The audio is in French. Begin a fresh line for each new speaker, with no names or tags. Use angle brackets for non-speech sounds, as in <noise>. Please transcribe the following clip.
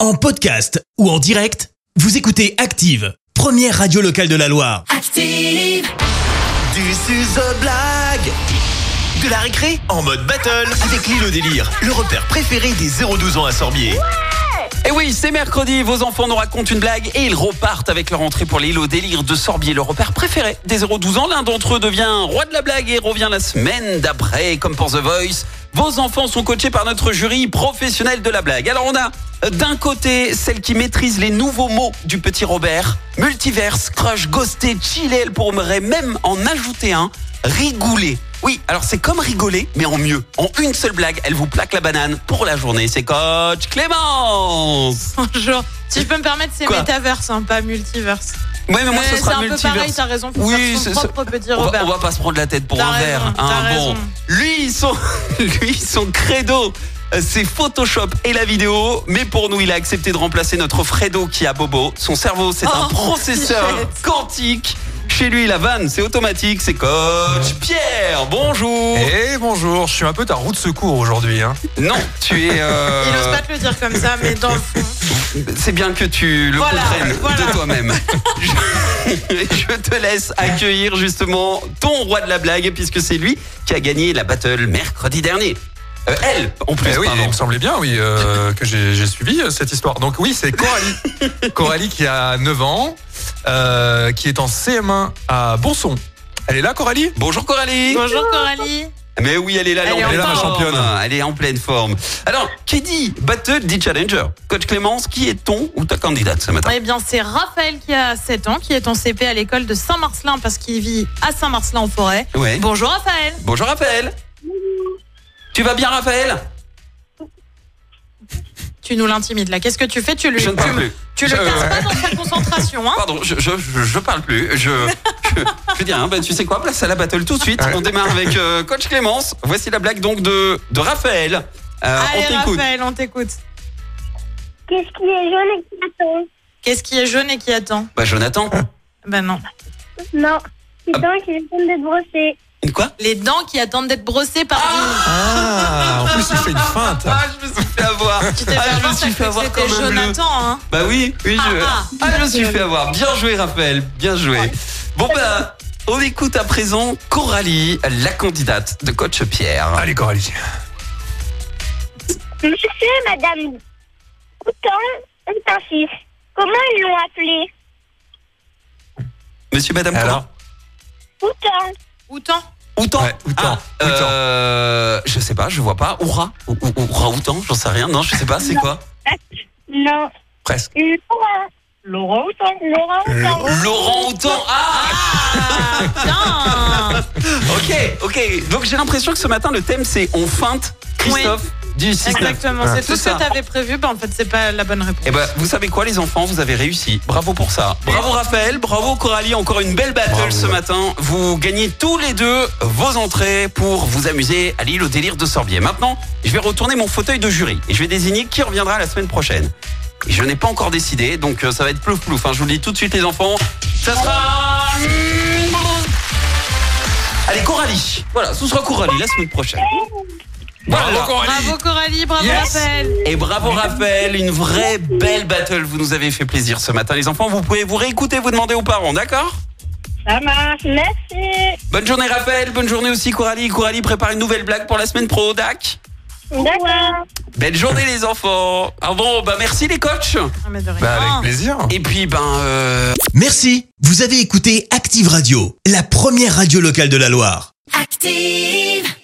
En podcast ou en direct, vous écoutez Active, première radio locale de la Loire.
Active,
Du suzo blague De la récré en mode battle avec Lilo Délire, le repère préféré des 0-12 ans à Sorbier.
Et oui, c'est mercredi, vos enfants nous racontent une blague et ils repartent avec leur entrée pour l'île au délire de Sorbier, leur repère préféré. Des 0-12 ans, l'un d'entre eux devient roi de la blague et revient la semaine d'après, comme pour The Voice. Vos enfants sont coachés par notre jury professionnel de la blague. Alors on a euh, d'un côté celle qui maîtrise les nouveaux mots du petit Robert, multiverse, crush, ghosté, chillé, elle pourrait même en ajouter un, rigouler. Oui, alors c'est comme rigoler, mais en mieux. En une seule blague, elle vous plaque la banane pour la journée. C'est coach Clémence
Bonjour. Si je peux me permettre, c'est
Quoi
métaverse, hein, pas multiverse.
Oui, mais
Mais
moi, ce
Euh, c'est
sera
un peu pareil,
multiverse.
t'as raison, faut
Oui,
faire son
c'est- c'est-
propre petit
On va,
Robert.
on va pas se prendre la tête pour
T'as
un
raison,
verre. hein,
t'as
bon.
raison.
Lui, son, <laughs> lui, son credo, euh, c'est Photoshop et la vidéo. Mais pour nous, il a accepté de remplacer notre Fredo qui a Bobo. Son cerveau, c'est
Oh,
un processeur
chouette.
quantique. Chez lui, la vanne, c'est automatique, c'est coach. Pierre, bonjour.
Eh bonjour, je suis un peu ta roue de secours aujourd'hui. Hein.
Non, tu es. euh,
<laughs> Il n'ose pas te le dire comme ça, mais dans le fond.
C'est bien que tu le
Voilà,
comprennes
voilà. <laughs>
de toi-même. Je, je te laisse accueillir justement ton roi de la blague puisque c'est lui qui a gagné la battle mercredi dernier. Euh, elle, en plus.
Eh oui,
pardon.
il me semblait bien oui, euh, que j'ai j'ai suivi euh, cette histoire. Donc oui, c'est <laughs> Coralie. Coralie qui a 9 ans, euh, qui est en CM1 à Bonson. Elle est là, Coralie
<laughs> Bonjour Coralie.
Bonjour Coralie.
Mais oui, elle est là,
Elle est en
en pleine
forme.
forme. Elle est en pleine forme. Alors, qui dit battle dit challenger. Coach Clémence, qui est ton ou ta candidate ce matin
Eh bien, c'est Raphaël qui a 7 ans, qui est en CP à l'école de Saint-Marcelin parce qu'il vit à Saint-Marcelin en forêt.
Ouais.
Bonjour Raphaël.
Bonjour Raphaël. Tu vas bien Raphaël
Tu nous l'intimides là. Qu'est-ce que tu fais Tu le,
Je ne
tu,
parle plus.
tu le
Je- euh,
casses pas dans sa concentration,
<laughs>
hein
Pardon, je, je, je- je parle plus. Je, je, je veux dire, hein, bah, tu sais quoi, place à la battle tout de suite. On démarre avec euh, Coach Clémence. Voici la blague donc de, de Raphaël. Euh,
Allez
on t'écoute.
Raphaël, on t'écoute.
Qu'est-ce qui est jaune et qui attend
Qu'est-ce qui est jaune et qui attend
Bah, Jonathan.
Ben non.
Non, c'est toi qui est jaune d'être brossé.
Une quoi
Les dents qui attendent d'être brossées par
Ah, en plus il fait une feinte.
Ah, je me suis fait avoir.
Tu t'es fait
Ah, je
avoir,
me
t'as
suis
cru
fait
que
avoir
c'était
comme un bleu.
Jonathan, hein
Bah oui, oui, je,
Ah,
ah, je me suis fait avoir. Bien joué, Raphaël. Bien joué. Bon, bah, on écoute à présent Coralie, la candidate de Coach Pierre.
Allez, Coralie.
Monsieur et Madame Coutan ont un fils. Comment ils l'ont appelé
Monsieur, madame,
Alors
Coralie.
Coutan.
Outan
Outan.
Ouais, outan,
Ah,
outan.
euh, je sais pas, je vois pas. Oura ou, ou- Oura outan, j'en sais rien. Non, je sais pas, c'est quoi
Non,
Presque.
Laurent. Laurent Coutan. Laurent Coutan.
Laurent outan. Ah
Bien
Ah.
Ok, ok. Donc j'ai l'impression que ce matin, le thème c'est on feinte Christophe du
<laughs>
6
Exactement, c'est
C'est
tout ce
ça.
que t'avais prévu, bah en fait c'est pas la bonne réponse.
Eh ben, vous savez quoi, les enfants, vous avez réussi. Bravo pour ça. Bravo Raphaël, bravo Coralie, encore une belle battle
Bravo.
ce matin. Vous gagnez tous les deux vos entrées pour vous amuser à l'île au délire de Sorbier. Maintenant, je vais retourner mon fauteuil de jury et je vais désigner qui reviendra la semaine prochaine. Et Je n'ai pas encore décidé, donc euh, ça va être plouf plouf. hein. Je vous le dis tout de suite, les enfants. Ça sera. Allez, Coralie. Voilà, ce sera Coralie la semaine prochaine. Voilà.
Bravo Coralie, bravo
Yes.
Raphaël.
Et bravo Raphaël, une vraie belle battle. Vous nous avez fait plaisir ce matin, les enfants. Vous pouvez vous réécouter, vous demander aux parents, d'accord
Ça marche. Merci.
Bonne journée Raphaël, bonne journée aussi Coralie. Coralie prépare une nouvelle blague pour la semaine pro, Dac.
D'accord.
Belle journée les enfants. Ah bon, bah merci les coachs.
Ah, mais de rien.
Bah, avec plaisir.
Et puis ben euh,
Merci, vous avez écouté Active Radio, la première radio locale de la Loire.
active.